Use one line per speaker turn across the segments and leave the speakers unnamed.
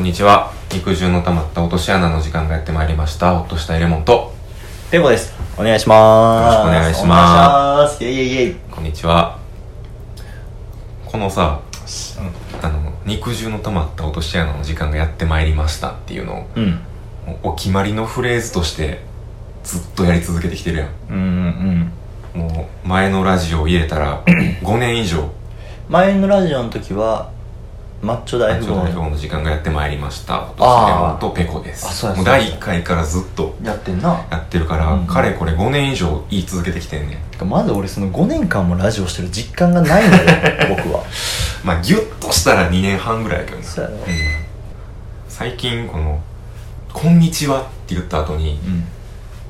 にちは肉汁の溜まった落とし穴の時間がやってまいりましたほっとしたエレモンと
デモです。お願いします。。
よろしくお願いします
お願いします。イェイイェイイェイ。
こんにちはこのさあの肉汁の溜まった落とし穴の時間がやってまいりましたっていうの
うん。う
を
ん。
もうお決まりのフレーズとしてずっとやり続けてきてるやん
うんうん。
もう前のラジオ入れた ら5年以上
前のラジオの時は、マッチョ大
大
富
富
豪
豪の時間がやってまいりましたほっとしたエレモ
あー
ンとペコです
あそうや
もう
そうや
第1回からずっと
やってんな。
やってるから、
うん
かれこれ5年以上言い続けてきてんねん
てかまず俺その5年間もラジオしてる実感がないのよ、僕は。
まあギュッとしたら2年半ぐらいやけどな
そうやろ
ん最近この「こんにちは」って言った後に
うん。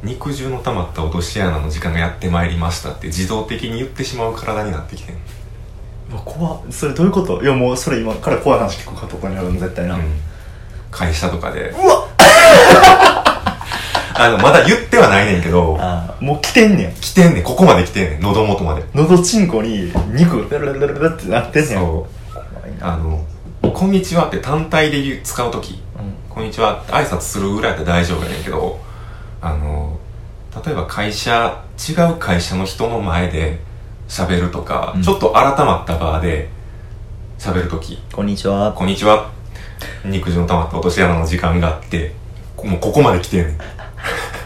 肉汁の溜まった落とし穴の時間がやってまいりましたって自動的に言ってしまう体になってきてん
うわ、怖っそれどういうこといやもうそれ今から怖い話聞くかとこにあるの、絶対な。
うん会社とかで
わ
あのまだ言ってはないねんけど
ああ、もう来てんねん。
来てんねんここまで来てんねん喉元まで
喉チンコに肉がペラペラペラペラってなってんねん。
そう
怖いな。
あの「こんにちは」って単体で言う使う時
うん。
こんにちはって挨拶するぐらいだったら大丈夫やねんけどあの例えば会社違う会社の人の前で喋るとか、
うん
ちょっと改まった場で喋るとき
こんに
「
ちは。
こんにちは肉汁の溜まった落とし穴の時間があってこもうここまで来てんねん」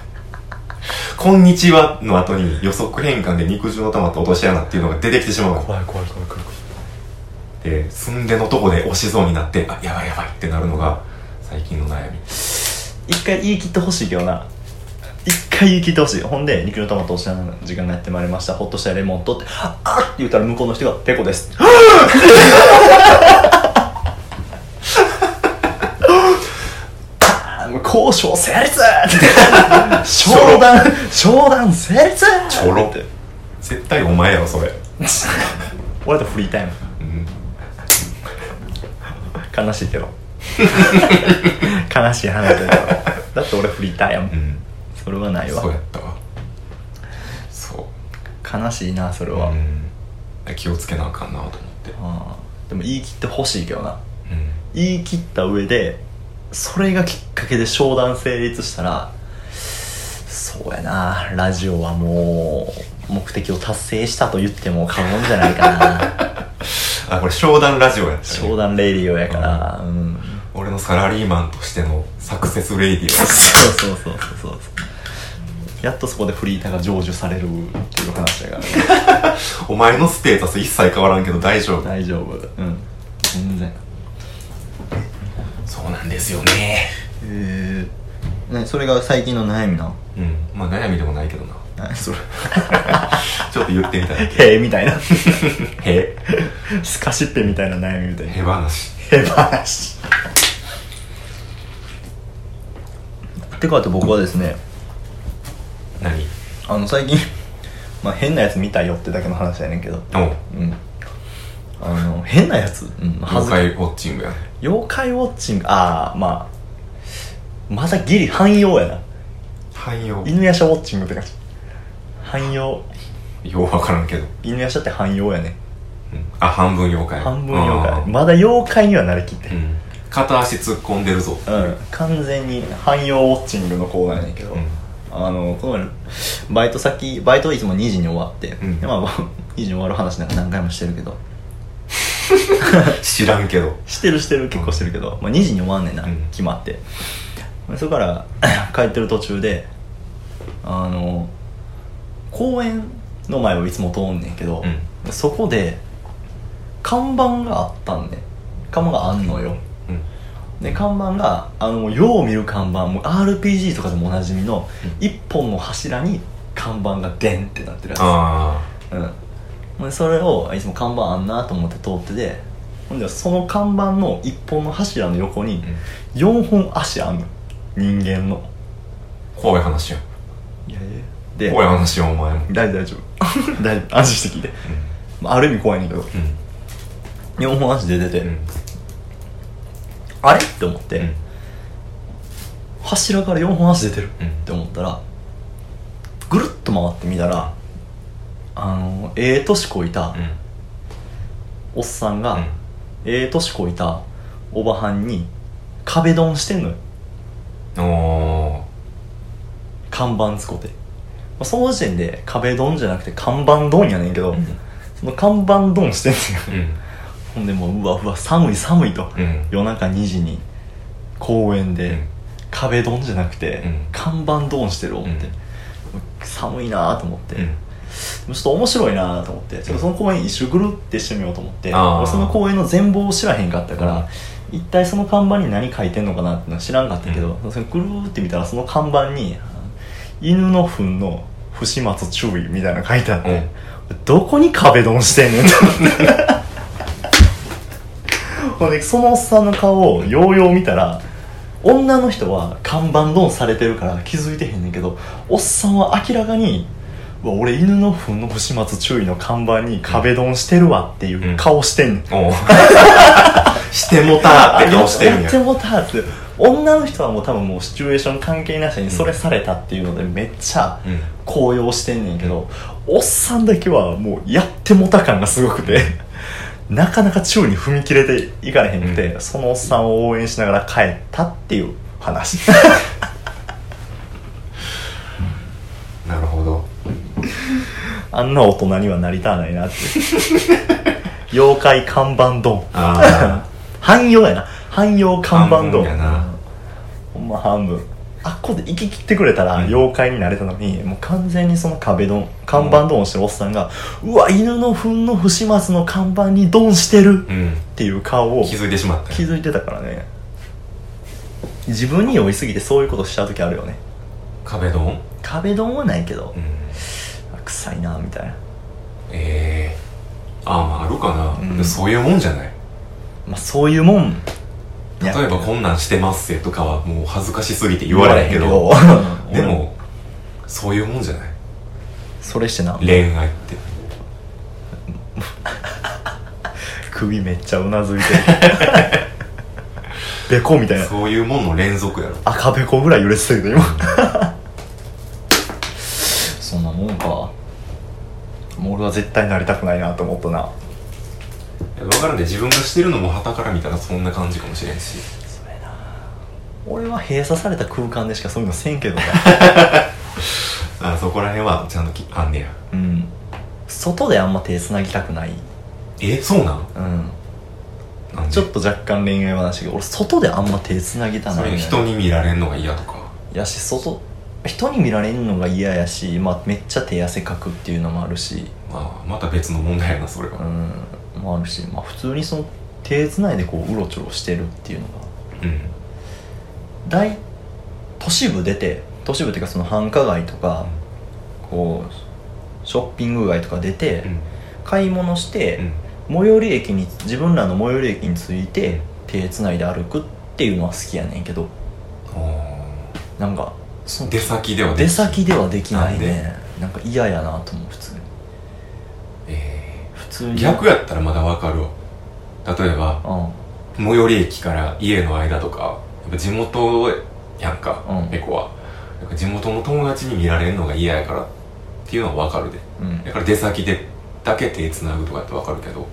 「こんにちは」の後に予測変換で肉汁の溜まった落とし穴っていうのが出てきてしまうの
怖い怖い怖い怖い怖い。
で寸でのとこで押しそうになって「あやばいやばい」ってなるのが最近の悩み
一回言い切ってほしいけどな一回言い切ってほしいほんで肉の玉とおしゃれの時間がやってまいりましたほっとしたレモンとってあっって言ったら向こうの人が「ペコです」あー交渉成立商談商談成立
ちょろって絶対お前やろそれ
俺とフリータイム
うん
悲しいけど悲しい話だけどだって俺フリータイム
うん
それはないわ
そうやったわそ
悲しいなそれ
う
は、
うん気をつけなあかんなと思って
あーでも言い切ってほしいけどな
うん
言い切った上でそれがきっかけで商談成立したらそうやなラジオはもう目的を達成したと言っても過言じゃないか な
あこれ商談ラジオやった、ね、
商談レディオやからうん
俺のサラリーマンとしてのサクセスレイディオ
そうそうそうそうそうやっとそこでフリーターが成就されるっていう話だから、ね、
お前のステータス一切変わらんけど大丈夫
大丈夫うん全然
そうなんですよね
ええねそれが最近の悩みな
うんまあ悩みでもないけど な
何それ
ちょっと言ってみただけ
へえみたいな
へ
スカシッペみたいな悩みみたいな
へ話
へばらしってかって僕はですね
何
あの最近、 まあ、変なやつ見たよってだけの話やねんけど
おう
うんあの変なやつ、うん、
妖
か
怪ウォッチングやね
妖怪ウォッチングああまあまだギリ汎用やな
汎用
犬夜叉ウォッチングって感じ汎用
よう分からんけど、
犬夜叉って汎用やね
うん、あ半分妖怪
半分妖
あ
怪
ー
まだ妖怪にはなりきって
う
うん、
ん、片足突っ込んでるぞ、
完全に汎用ウォッチングのコーナーやねんけど、
うん
あのこの前バイト先バイトいつも2時に終わって、
うん
でまあ、2時に 終わる話なんか何回もしてるけど
知らんけど
してるしてる結構してるけど、まあ、2時に終わんねんな、
うん
決まってそれから 帰ってる途中であの公園の前をいつも通んねんけど、そこで看板があったんねん看板があんのよ
うん
で看板があのもうよう見る看板もう RPG とかでもおなじみの
うん
一本の柱に看板がデンってなってるやつ
あ
うん、でそれをいつも看板あんなと思って通っててほんでその看板の一本の柱の横
あ、
に4本足あんの人間の
怖い話や
いやいやで
怖い話やお前も
大丈夫大丈夫 大丈夫安心して聞いて、まあ、ある意味怖いねんだけど
うん
4本足出てて、
うん
あれって思って、
うん
柱から4本足出てる
うん
って思ったらぐるっと回ってみたらあのええ年こいた
うん
おっさんが、
うん
ええ年こいたおばはんに壁ドンしてんのよ
お
看板使って、まあ、その時点で壁ドンじゃなくて看板ドンやねんけど、
うん
その看板ドンしてんのよ
ーうん
ほんでもううわうわ寒い寒いと、
うん
夜中2時に公園で、
うん
壁ドンじゃなくて、
うん
看板ドンしてる思って、
うん
もう寒いなと思って、
うん
でもちょっと面白いなと思ってちょっとその公園一周ぐるってしてみようと思って
あー
俺その公園の全貌を知らへんかったから、一体その看板に何書いてんのかなってのは知らんかったけど、そのぐるーって見たらその看板に「犬の糞の不始末注意」みたいなの書いてあって、どこに壁ドンしてんねんと思ってほんでそのおっさんの顔をようよう見たら女の人は看板ドンされてるから気づいてへんねんけどおっさんは明らかに「うわ俺犬の糞の不始末注意」の看板に壁ドンしてるわっていう顔してんねん、
おう してもたーって顔してるん
や
や
ってもうたーって女の人はもう多分もうシチュエーション関係なしにそれされたっていうのでめっちゃ
うん
高揚してんねんけど、おっさんだけはもうやってもた感がすごくて なかなか宙に踏み切れていかれへんくて、
う
そのおっさんを応援しながら帰ったっていう 話
なるほど
あんな大人にはなりたないなって 妖怪看板丼
あ
汎用やな�ያን用 看板
汎用
丼
やな
ほんま半分あっこで息切ってくれたら
うん
妖怪になれたのに、もう完全にその壁ドン看板ドンをしてるおっさんが、うわ犬の糞の不始末の看板にドンしてる
ーうん
っていう顔を
気づいてしまった
気づいてたからね自分に酔いすぎてそういうことしちゃう時あるよね
壁ドン
壁ドンはないけど
う、ん
あ臭いなみたいな
ええー、あーまああるかな、
うん
でもそういうもんじゃない
まあそういうもん
例えばこんなんしてますぜとかはもう恥ずかしすぎて言われへんけど
ど
でもそういうもんじゃない
それしてな
恋愛って
首めっちゃうなずいて るべこみたいな
そういうもんの連続やろ
赤べこぐらい揺れてたけど今 そんなもんかもう俺は絶対なりたくないなと思ったな
分からんで自分がしてるのも旗から見たらそんな感じかもしれんし
それな俺は閉鎖された空間でしかそういうのせん けどな
あそこら辺はちゃんときあんねや
うん外であんま手つなぎたくない
えそうなん
うん
なんで
ちょっと若干恋愛話が俺外であんま手つなぎた
そ
ない、
れ
ね、
人に見られんのが嫌とか
やし外人に見られるのが嫌やし、まあ、めっちゃ手汗かくっていうのもあるし
まあまた別の問題やなそれ
う
は
んもあるし、まあ、普通にその手つないでこううろちょろしてるっていうの
う
が
ん
大都市部出て都市部っていうかその繁華街とかこうショッピング街とか出て
うん
買い物し
う
て
ん
最寄り駅に自分らの最寄り駅に着いて手つないで歩くっていうのは好きやねんけど
あ
なんかそ
ー
の
出先では
出先ではできない
なん
ねなんか嫌やなと思う普通に
え
普通
ー
に
逆やったらまだわかるわ例えば
う
最寄り駅から家の間とかやっぱ地元やんか、
うん
ペコはなんか地元の友達に見られるのが嫌やからっていうのはわかるで
ん、うん
だ、から出先でだけ手つなぐとかってわかるけど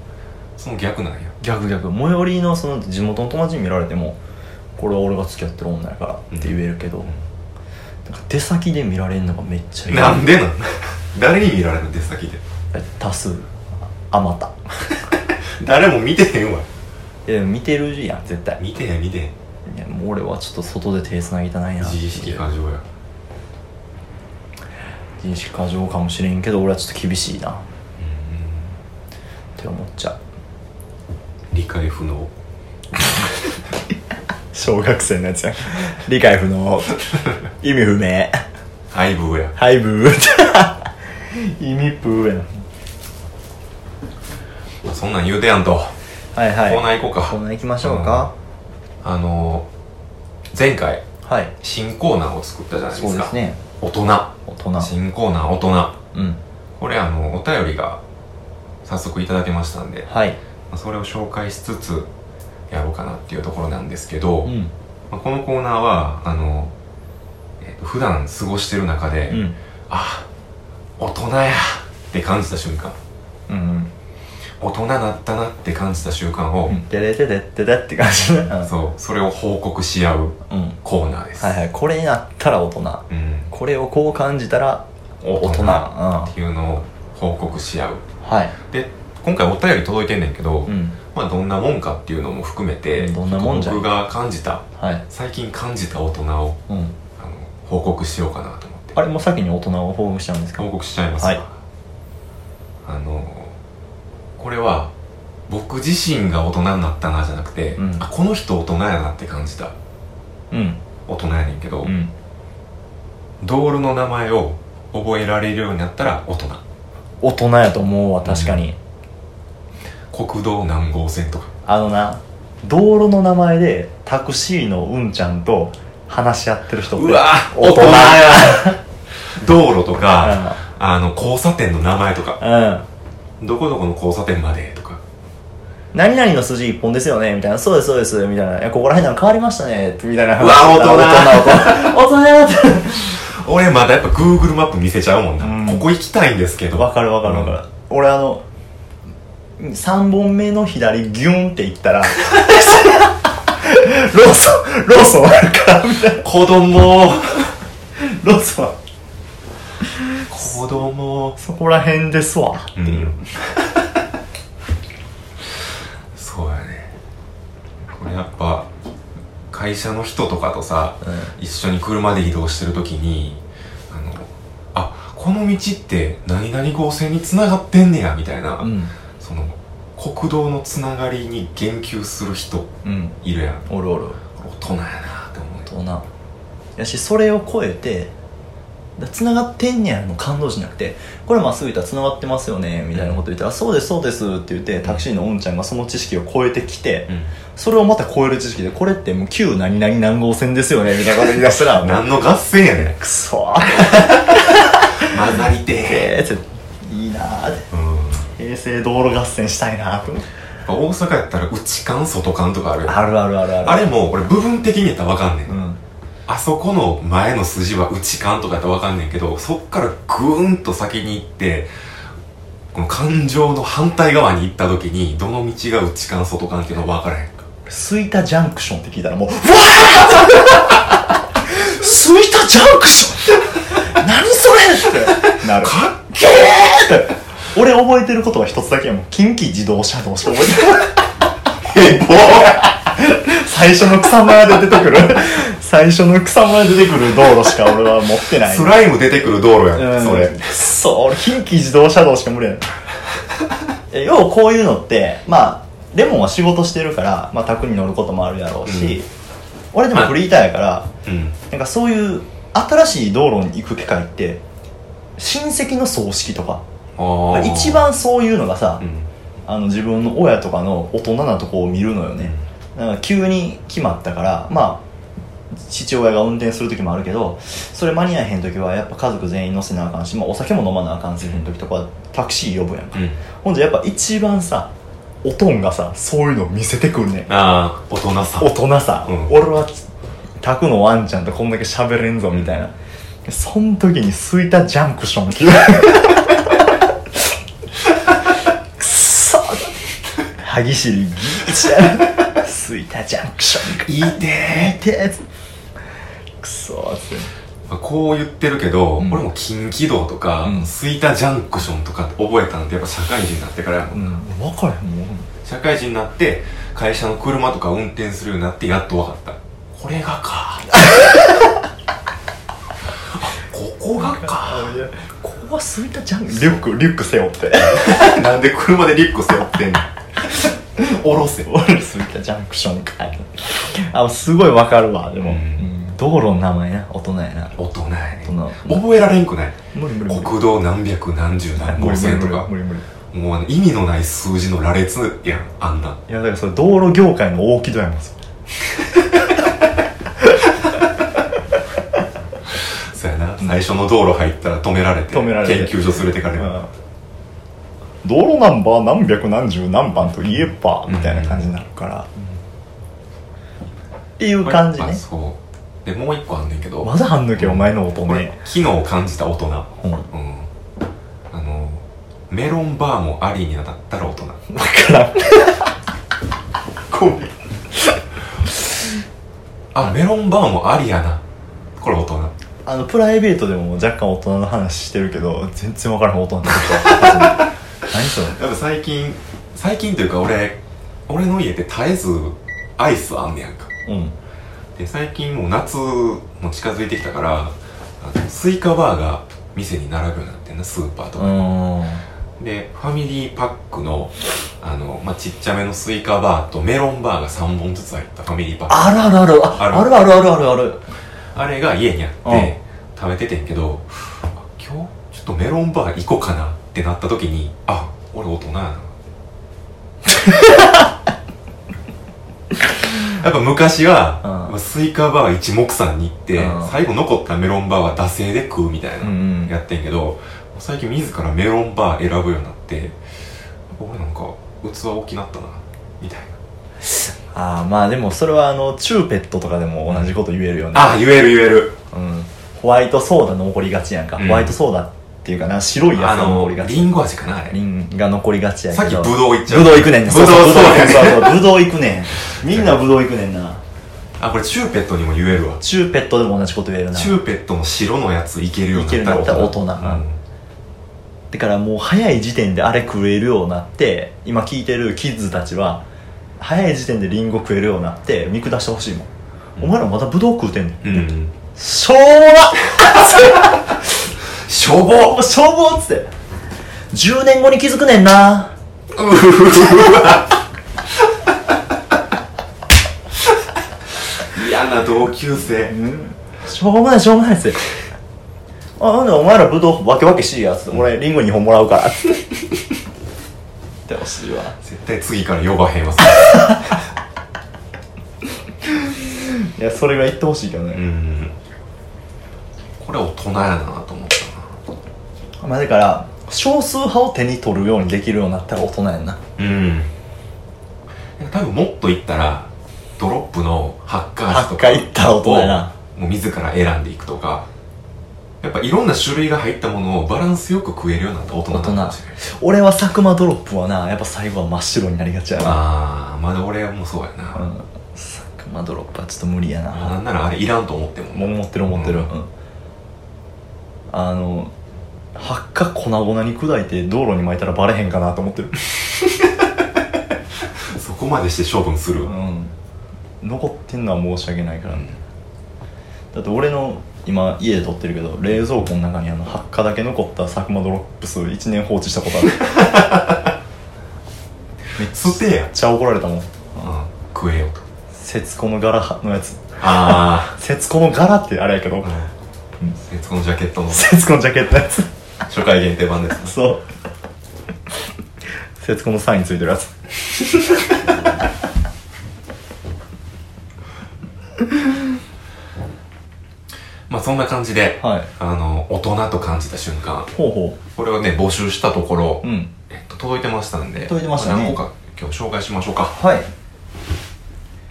その逆なんや
逆逆最寄りのその地元の友達に見られてもこれは俺が付き合ってる女やからって言えるけど、なんか出先で見られるのがめっちゃ嫌
なんでなん 誰に見られるの出先で
え多数あまた
誰も見てへんわ
え見てるやん絶対
見てへん見てへん
いやもう俺はちょっと外で手繋ぎたないな
自意識過剰や
自意識過剰かもしれんけど俺はちょっと厳しいなって思っちゃう
理解不能
小学生のやつやん理解不能意味不明
愛ブや
はいブー 意味プーやん
まあそんなん言うてやんと、
はいはい
コーナー行こうか
コーナー行きましょうか、
あのー、前回
はい
新コーナーを作ったじゃないで
そう
す
で
か
すね
大人
大人
新コーナー大人
うん
これあのお便りが早速いただけましたんで、
はい
まあそれを紹介しつつやろうかなっていうところなんですけど、
ん
まあこのコーナーはあの、えっと普段過ごしてる中で、
うん
あ大人やって感じた瞬間
うん
大人なったなって感じた瞬間を、
「でれでででで」って感じねうん
そうそれを報告し合う
うん
コーナーです、
はいはいこれになったら大
う
人
ん、
これをこう感じたら大人
人っていうのを報告し合う
はい
で今回お便り届いてんねんけど、
うん
まあ、どんなもんかっていうのも含めて
どんなもんじゃ
僕が感じた
はい
最近感じた大人を
うん
あの報告しようかなと思って
あれもう先に大人を報告しちゃうんですか
報告しちゃいます
はい
あのこれは僕自身が大人になったなじゃなくて、
うん
あこの人大人やなって感じた
うん
大人やねんけど、
うん
ドールの名前を覚えられるようになったら大人
大人やと思うわ確かに、
国道何号線とか
あのな道路の名前でタクシーのうんちゃんと話し合ってる人って
うわ
大人
道路とか、
や
あの交差点の名前とか
うん、うん、
どこどこの交差点までとか
何々の筋一本ですよねみたいなそうですそうですみたいないやここら辺なんか変わりましたねみたいな
うわ
大人大人大人大人っ
俺まだやっぱ Google マップ見せちゃうもんな、
うん
ここ行きたいんですけ
て
ど
わかるわかるわかる、俺あの3本目の左ギュンっていっ たらローソンローソンあるからみたいな
子 供
ローソン
子供
そこら辺ですわっていう、
うん そうやねこれやっぱ会社の人とかとさ一緒に車で移動してる時にあのあこの道って何々号線に繋がってんねやみたいな、
うん
その国道のつながりに言及する人
うん
いるやん
おるおる
大人やなって思う
大人やしそれを超えてつながってんねやの感動しなくてこれまっすぐ行ったらつながってますよねみたいなこと言って、あそうですそうですって言ってタクシーのうんちゃんがその知識を超えてきて、
うん
それをまた超える知識でこれってもう旧何々何号線ですよねみたいなこと言い出したらもう
何の合戦やねん
くそー
混ざりて
えーっていいなーって
ーうん
平成道路合戦したいなーって思って
やっぱ大阪やったら内間外間とかあるやん
あるあるあるある
あれも俺部分的にやったらわかんねん、
うん
あそこの前の筋は内間とかやったらわかんねんけどそっからぐーんと先に行ってこの感情の反対側に行った時にどの道が内間外間っていうの分からへんか
スイタジャンクションって聞いたらもう、うわースイタジャンクション何それって なる。
か
っけーって。俺覚えてることは一つだけやもん。近畿自動車道しか覚 えてない。最初の草むらで出てくる、最初の草むらで出てくる道路しか俺は持ってない。
スライム出てくる道路やん、
うん
それ
そう俺近畿自動車道しか無理やねん え要はこういうのってまあレモンは仕事してるから、まあ、宅に乗ることもあるやろうし、
うん
俺でもフリーターやから、
うん
なんかそういう新しい道路に行く機会って親戚の葬式とか
ああ
一番そういうのがさ、
うん
あの自分の親とかの大人なとこを見るのよね、なんか急に決まったからまあ父親が運転する時もあるけどそれ間に合えへん時はやっぱ家族全員乗せなあかんし、まあ、お酒も飲まなあかんせへん時とかはタクシー呼ぶやん
う
か
ん
ほんじゃやっぱ一番さおとんがさそういうのを見せてくんねん
ああ大人さ
大人さ、
うん
俺はタクのワンちゃんとこんだけ喋れんぞみたいな、そん時にすいたジャンクション聞いたくっそ歯ぎしりギーちゃんすいたジャンクションか
いて
痛えつくそつって
ーこう言ってるけど、
うん
俺も近畿道とか、
うん
スイタジャンクションとかって覚えたのってやっぱ社会人になってからやもん
うん分からへんもん
社会人になって会社の車とか運転するようになってやっと分かったこれがか あここがか
ここはすいたジャンクリュックリュック背負って
なんで車でリュック背負ってんの
おろせ俺すいたジャンクションかいあすごい分かるわでも、
うん
うん道路の名前な大人やな
大人やね
大人
覚えられんくない
無理無理無理
国道何百何十何号
無理無理
線
無
と
理
か
無理無理
もうあの意味のない数字の羅列やんあんない
やだからそれ道路業界の大木戸やもんそれ
そうやな最初の道路入ったら止められて
止められて
研究所連れてかれる
道路ナンバー何百何十何番と言えばみたいな感じになるから、っていう感じ
やっぱ
ね
そうでもう一個あんねんけど
まだ半抜けお前の音
これ
ね、
昨日感じた大人
うん
うんあのメロンバーもありになったら大人
分からん
ごめんあメロンバーもありやなこれ大人
あのプライベートでも若干大人の話してるけど全然分からん大人のことは何それ
やっぱ最近最近というか俺俺の家って絶えずアイスあんねやんか
うん
で最近もう夏も近づいてきたからあのスイカバーが店に並ぶようになってんなスーパーと
う
か、
ん
でファミリーパックのあの、まあ、ちっちゃめのスイカバーとメロンバーが3本ずつ入ったファミリーパック
あるあるあるあ
ある
あるあるあるあるある
あれが家にあっ
う
て食べててんけどあ今日ちょっとメロンバー行こうかなってなった時にあ俺大人やな やっぱ昔は、
うん
まあスイカバー一目散に行って、
うん
最後残ったメロンバーは惰性で食うみたいな、
うんうん
やってんけど最近自らメロンバー選ぶようになって俺なんか器大きなったなみたいな
ああまあでもそれはあのチューペットとかでも同じこと言えるよね
あ言える言える
うん、ホワイトソーダ残りがちやんか、
うん
ホワイトソーダっていうかな白いや
あ
つが
の
残りが
リ
ち
ンゴ味かなあれ
リンが残りがちや
さっ
け
き
ど
ブドウいっちゃう
ブドウ行くねん
ブドウ
そう
そうやね
そうそうブドウ行くね んみんなブドウ行くねんな
あこれチューペットにも言えるわ
チューペットでも同じこと言えるな
チューペットの白のやついけるようになったら
いけるようになったら大人だからもう早い時点であれ食えるようになって今聞いてるキッズたちは早い時点でリンゴ食えるようになって見下してほしいもん、
うん
お前らまだブドウ食うてんねん
うん、うん、
しょう
しょぼ
もしょうもっつって10年後に気づくねんな
嫌な同級生
しょうもないしょうもないっすあなんでお前らブドウわけわけしいやつ俺リンゴ2本もらうからつってでほしいわ
絶対次から呼ばへんわ
いやそれぐらい言ってほしいけど
う
ね、
んこれ大人やなと思った
まあだから少数派を手に取るようにできるようになったら大人やんな
なうん多分もっといったらドロップのハッカーズ
8
とか
回行ったら大人やな
もう自ら選んでいくとかやっぱいろんな種類が入ったものをバランスよく食えるようになった大人なのかもしれない
俺は佐久間ドロップはなやっぱ最後は真っ白になりがちやな、
あーまだ俺もそうやな、
うん、佐久間ドロップはちょっと無理や
あな
なん
ならあれいらんと思っても
もう思ってる思ってる、
う
うん
ん
あの発火粉々に砕いて道路に撒いたらバレへんかなと思ってる
そこまでして処分する、
うん、残ってんのは申し訳ないから、
うん
だって俺の今家で撮ってるけど冷蔵庫の中にあの発火だけ残った佐久間ドロップス1年放置したことあ るめっ
捨てや、
ちゃ怒られたもん
うん、食えよと
節子の柄のやつ
あ
節子の柄ってあれやけど、
うん節子のジャケットの
節子のジャケットのやつ
初回限定版ですね
そう節子のサインついてるやつ
まあそんな感じで、
はい
あの大人と感じた瞬間
ほうほ
これをね募集したところ、
ううん
えっと、届いてましたんで
届いてましたね
何個か今日紹介しましょうか、
はい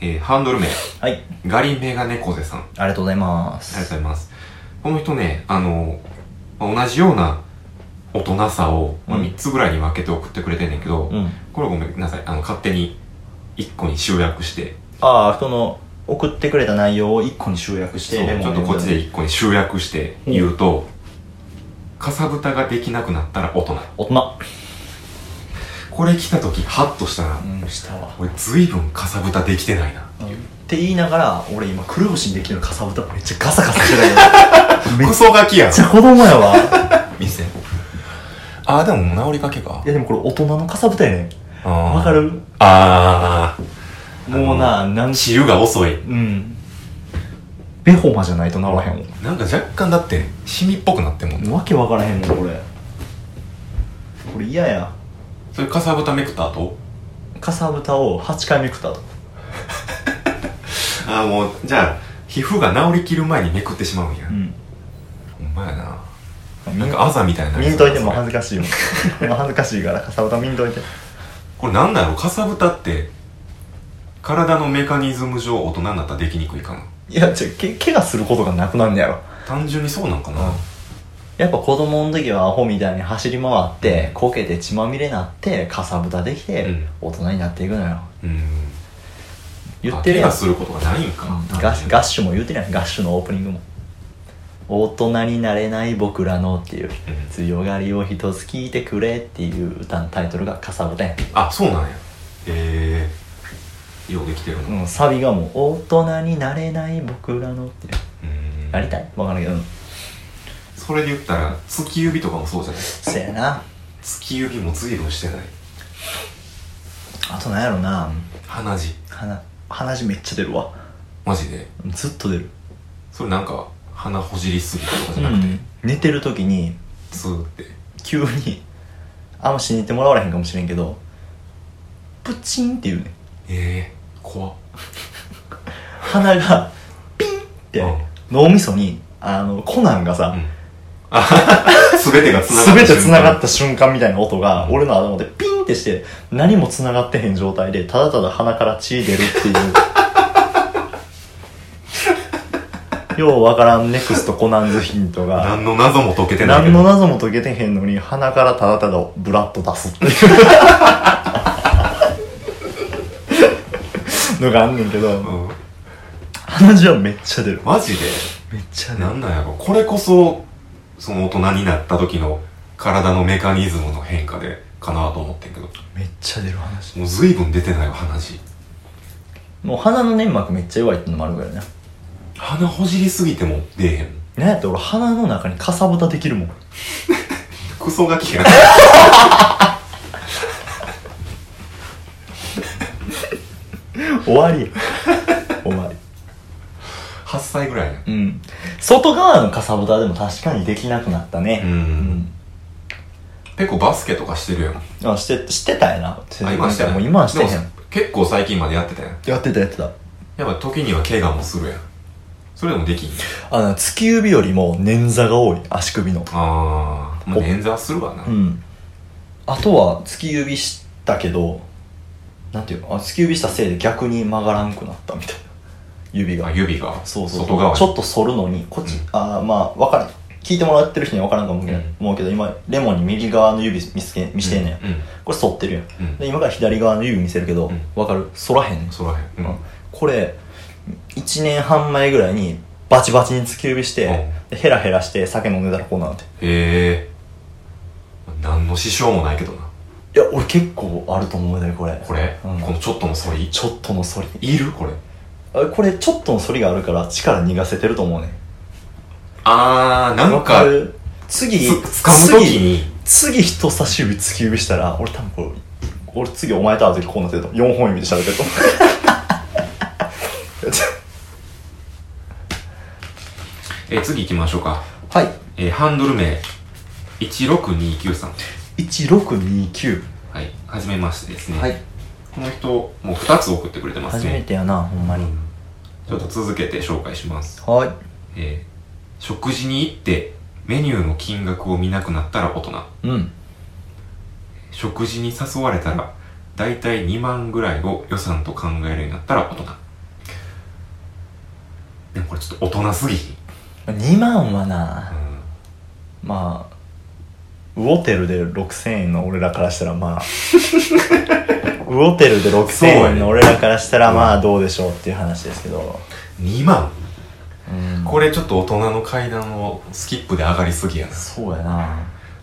えー、ハンドル名
はいあり
ガリメガネコゼさんあ
がとうござい
りがとう
ま
ご
す
ざいますこの人ねあの、まあ同じような大人さを、まあ、
うん
3つぐらいに分けて送ってくれてんねんけど、
うん
これごめんなさいあの勝手に1個に集約して
ああその送ってくれた内容を1個に集約して
そう
レモン
ちょっとこっちで1個に集約して言うと、かさぶたができなくなったら大人
大人
これ来た時ハッとしたな、
うんしたわ
俺ずいぶんかさぶたできてないな
って言いながら俺今くるぶしにできるかさぶためっちゃガサガサしてたけ どめっ
ク
ち
ソガキやん
ゃ子供 やわ
店ああでも治りかけか
いやでもこれ大人のかさぶたやねんわ
わ
かる
あー
もうな何し
治癒が遅い
うんベホマじゃないとならへん
なんか若干だってシミっぽくなってんもんね
もんわけわからへんもんこれこれ嫌や
それかさぶためくった後
かさぶたを8回めくったと
ああもうじゃあ皮膚が治りきる前にめくってしまうんや、
うん
ほんまやななんかあざみたいになり
見
そうん
といてもう恥ずかしい よもう恥ずかしいからかさぶた見んといて
これなんだろうかさぶたって体のメカニズム上大人になったらできにくいかない
や、じゃあけ、怪我することがなくなんねやろ。
単純にそうなんかな、
うんやっぱ子供の時はアホみたいに走り回ってこけて血まみれになってかさぶたできて、
うん
大人になっていくのよ
うん
言ってる
あ怪
や
我
ん
することがないんか、
うんガッシュガッシュも言うてるやんガッシュのオープニングも大人になれない僕らのっていう
うん
強がりを一つ聞いてくれっていう歌のタイトルがかさぶたやん
あそうなんやへえようできてるな
うん、サビがもう大人になれない僕らのっていう
うん
やりたいわかんないけどうん
それで言ったら月指とかもそうじゃない
せやな
月指も随分してない
あとなんやろな
鼻血
鼻鼻血めっちゃ出るわ
マジで
ずっと出る
それなんか鼻ほじりすぎとかじゃなくて、
寝てる時に
ツーって
急にあんま死にてもらわれへんかもしれんけどプチンっていうね
ええ怖っ
鼻がピンって
うん
脳みそにあのコナンがさ、
うんあはは全てがつなが
全て繋がったた瞬間みたいな音が
うん
俺の頭でピンってして何も繋がってへん状態でただただ鼻から血出るっていうようわからんネクストコナンズヒントが
何の謎も解けてないけ
何
ど
の謎も解けてへんのに鼻からただただブラッと出すっていうのがあんねんけど
うん、
鼻血はめっちゃ出る
マジで
めっちゃ出る
なんなんやろこれこそその大人になった時の体のメカニズムの変化でかなと思ってんけど
めっちゃ出る鼻血
もう随分出てないわ鼻血
もう鼻の粘膜めっちゃ弱いってのもあるからね
鼻ほじりすぎても出えへん
なんやったら俺鼻の中にかさぶたできるもん
クソガキ や
終わ り終わ
8歳ぐらいや
りうん外側のかさぶたでも確かにできなくなった
う
ね
んペコバスケとかしてるやん
あしてしてたやな
あ今してない
もう今はしてへん
でも結構最近までやってたやん
やってたやってた
やっぱ時には怪我もするやんそれでもできん
あの突き指よりも捻挫が多い足首の
あーまあ
お
捻挫するわな
うんあとは突き指したけどなんていうのあ突き指したせいで逆に曲がらんくなったみたいな指が
あ指が
そうそう
外側に
ちょっと反るのにこっち、
うん
ああまあ分からん聞いてもらってる人には分からんと思うけど,、
うん
思うけど今レモンに右側の指見つけ見してんねん、
うんうん
これ反ってるやん、
うん
で今から左側の指見せるけど、
うん
分かる反らへんねん、
そらへんうん
これ1年半前ぐらいにバチバチに突き指して、
う
でヘラヘラして酒飲んでたらこうなんて
へえ何の支障もないけどない
や俺結構あると思うでこれ
これ、
うん
このちょっとの反り
ちょっとの反り
いるこれ
あこれちょっとの反りがあるから力逃がせてると思うねん
あーなんか
わる次
つ掴む時に
次人差し指突き指したら俺多分こう俺次お前と会う時こうなってると4本指で喋ってると思う
えー次行きましょうか、
は
えーハンドル名16293さん
い1629
はいはじめましてですね、
はい
この人もう2つ送ってくれてます
初め
ね
てやなほんまに
ちょっと続けて紹介します、
はい
えー食事に行ってメニューの金額を見なくなったら大人
うん
食事に誘われたら大体2万ぐらいを予算と考えるようになったら大人でもこれちょっと大人すぎひん、
2万は
う
なんまあウオテルで6000円の俺らからしたら まあウオテルで6000
そうや
円
ね
の俺らからしたらまあどうでしょうっていう話ですけど、
2万
うん
これちょっと大人の階段をスキップで上がりすぎやな
そうやな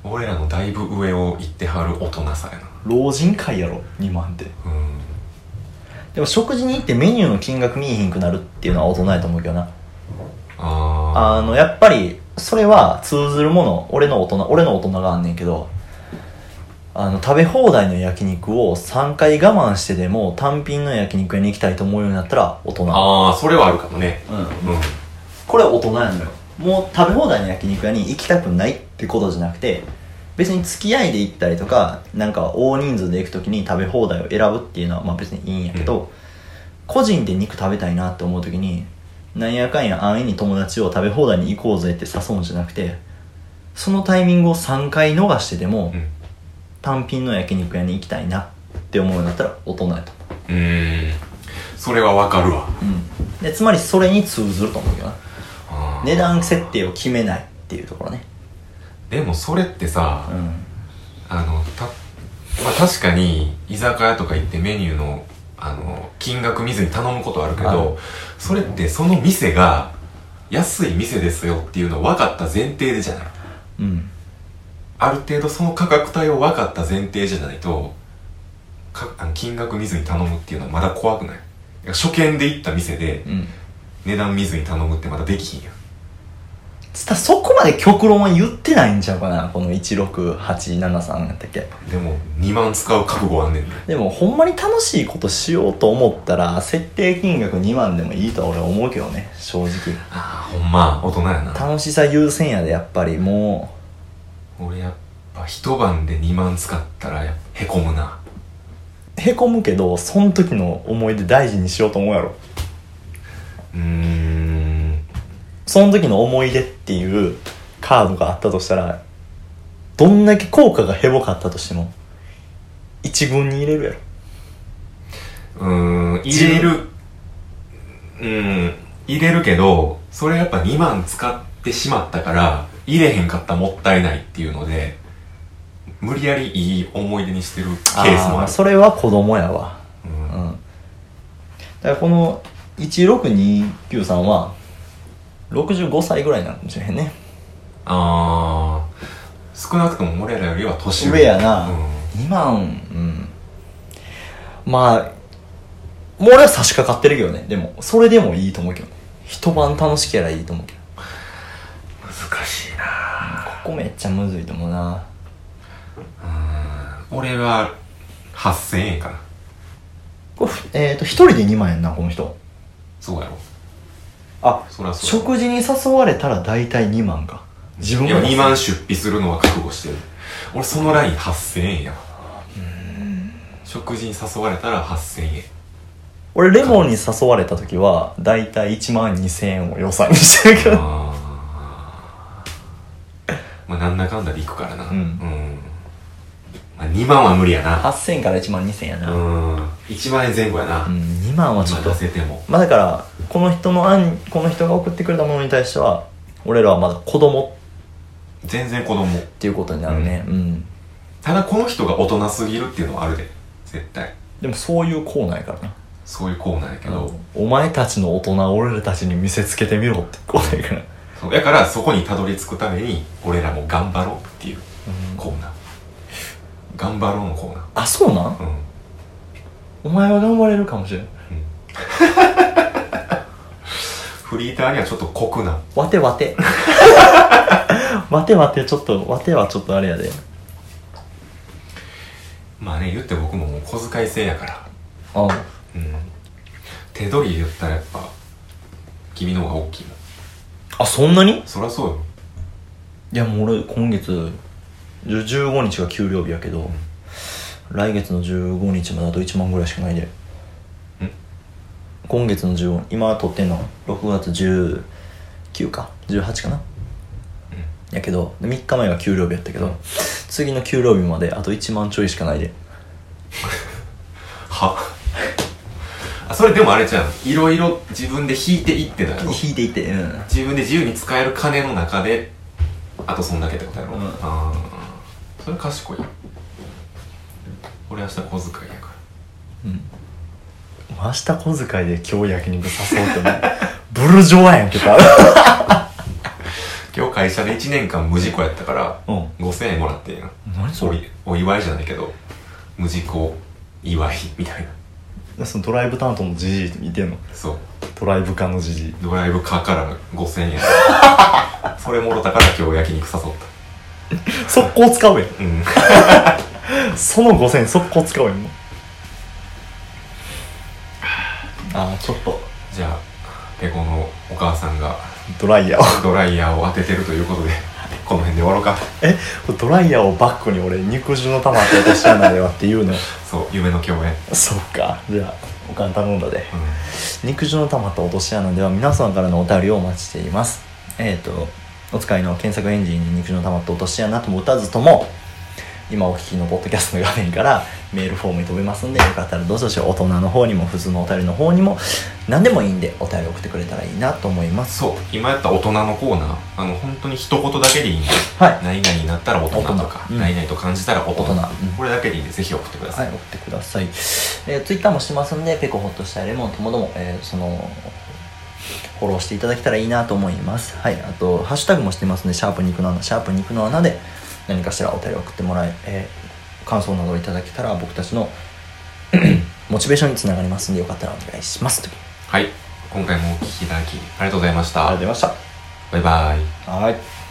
俺らのだいぶ上を行ってはる大人さやな
老人会やろ2万って
うん
でも食事に行ってメニューの金額見えへんくなるっていうのは大人やと思うけどな
あ
あのやっぱりそれは通ずるもの俺の大人俺の大人があんねんけどあの食べ放題の焼肉を3回我慢してでも単品の焼肉屋に行きたいと思うようになったら大人
ーあーそれはあるかもね
うん
うん
これは大人やのよもう食べ放題の焼肉屋に行きたくないってことじゃなくて別に付き合いで行ったりとかなんか大人数で行く時に食べ放題を選ぶっていうのはまあ別にいいんやけど、個人で肉食べたいなって思う時になんやかんや安易に友達を食べ放題に行こうぜって誘うんじゃなくてそのタイミングを3回逃してでも
うん
単品の焼肉屋に行きたいなって思うようになったら大人やと
うーんそれはわかるわ
思う、うん、でつまりそれに通ずると思うけどな
あー
値段設定を決めないっていうところね
でもそれってさ、
うん
あのた、まあ、確かに居酒屋とか行ってメニューのあの金額見ずに頼むことあるけど、
はい
それってその店が安い店ですよっていうのを分かった前提でじゃない
うん
ある程度その価格帯を分かった前提じゃないとかあの金額見ずに頼むっていうのはまだ怖くないだから初見で行った店で
うん
値段見ずに頼むってまだできひんやん
つったそこまで極論は言ってないんちゃうかなこの16873やったっけ
でも2万使う覚悟はあんねんね
でもほんまに楽しいことしようと思ったら設定金額2万でもいいとは俺は思うけどね正直
ああほんま大人やな
楽しさ優先やでやっぱりも
俺やっぱ一晩で2万使ったらやっぱへこむな
うへこむけどその時の思い出大事にしようと思うやろ
うーん
その時の思い出っていうカードがあったとしたらどんだけ効果がヘボかったとしても一軍に入れるやろ
うーん入れるうーん入れるけどそれやっぱ2万使ってしまったから入れへんかったらもったいないっていうので無理やりいい思い出にしてるケースもあ
あー
る
それは子供やわ
う
うん
ん
だからこの16293は65歳ぐらいなのかもしれへんね
あー少なくとも俺らよりは年
上やな、
うん
2万うんまあもう俺は差し掛かってるけどねでもそれでもいいと思うけどね一晩楽しけりゃいいと思うけど
難しいな
ここめっちゃむずいと思うな
俺は8000円かな
これえっ、と一人で2万円なこの人
そうやろ
あ
そりゃそうやろ
食事に誘われたら大体2万か自分
い
が
や2万出費するのは覚悟してる俺そのライン8000円やわ食事に誘われたら8000円
俺レモンに誘われた時は大体1万2000円を予算にしてるけど
あーまあなんだかんだでいくからな
うん
まあ、2万は無理やな
8000円から1万2000円やな
う
うん
ん1万円前後やな、
2万はちょっと
任せても
まあだからこの人の案この人が送ってくれたものに対しては俺らはまだ子供
全然子供
っていうことになるねうん、
ただこの人が大人すぎるっていうのはあるで絶対
でもそういうコーナーやからな
そういうコーナーやけど、
お前たちの大人を俺らたちに見せつけてみろってコーナーやから
そうだからそこにたどり着くために俺らも頑張ろうっていうコーナー、頑張ろうのコーナ
あそうなん
ーうん、うん、
お前は頑張れるかもしれん
フリーターにはちょっと酷な
わてわ てわてわてちょっとわてはちょっとあれやで
まあね言って僕ももう小遣い制やから
あ
うん手取りで言ったらやっぱ君の方が大きいもん
あそんなに
そりゃそうよ
いやもう俺今月じゅ15日が給料日やけど、来月の15日まであと1万ぐらいしかないで今月の15今撮ってんの6月19か18かな、やけど3日前が給料日やったけど、次の給料日まであと1万ちょいしかないで
はあそれでもあれじゃんいろいろ自分で引いていってたよ
引いていてうん
自分で自由に使える金の中であとそんだけってことやろ、
うん
あーそれ賢い俺明日小遣いやか
明日小遣いで今日焼肉誘うってもうブルジョワやんけた
ら今日会社で1年間無事故やったから、
うん
5000円もらってんやん
何そ
お
れ
りお祝いじゃないけど無事故祝いみたいな
そのドライブ担当のじじい見てんの
そう
ドライブ課のじじい
ドライブカーから5000円 それもろたから今日焼肉誘っ
速攻使うやん
たうん
その5000円速攻使うやんもうああちょっと
じゃあペコのお母さんが
ドライヤーを
ドライヤーを当ててるということでこの辺で終わろうか
えこれドライヤーをバックに俺肉汁の玉当てようとしたんだよって言うの
そう夢の共演
そっかじゃあおかん頼んだで
うん
肉汁の玉と落とし穴では皆さんからのお便りをお待ちしていますえっ、とお使いの検索エンジンに肉汁の玉と落とし穴とも打たずとも今お聞きのポッドキャストの画面からメールフォームに飛べますんでよかったらどうぞし大人の方にも普通のお便りの方にも何でもいいんでお便り送ってくれたらいいなと思います
そう今やった大人のコーナーあの本当に一言だけでいいんで
はい、
何々になったら大人とか
大人うん
何々と感じたら大人
大人うん
これだけでいいんでぜひ送ってくだ
は
さ
い、
い
送ってください、えー、ツイッターもしてますんでペコホッとしたいレモンともども、えーそのフォローしていただけたらいいなと思いますはいあとハッシュタグもしてますんでシャープ肉の穴シャープ肉の穴で何かしらお便り送ってもらええー感想などをいただけたら僕たちの モチベーションにつながりますんでよかったらお願いしますという
はい今回もお聞きいただきありがとうございまし
あ
た
りがとうございまし
バイバイ
たはい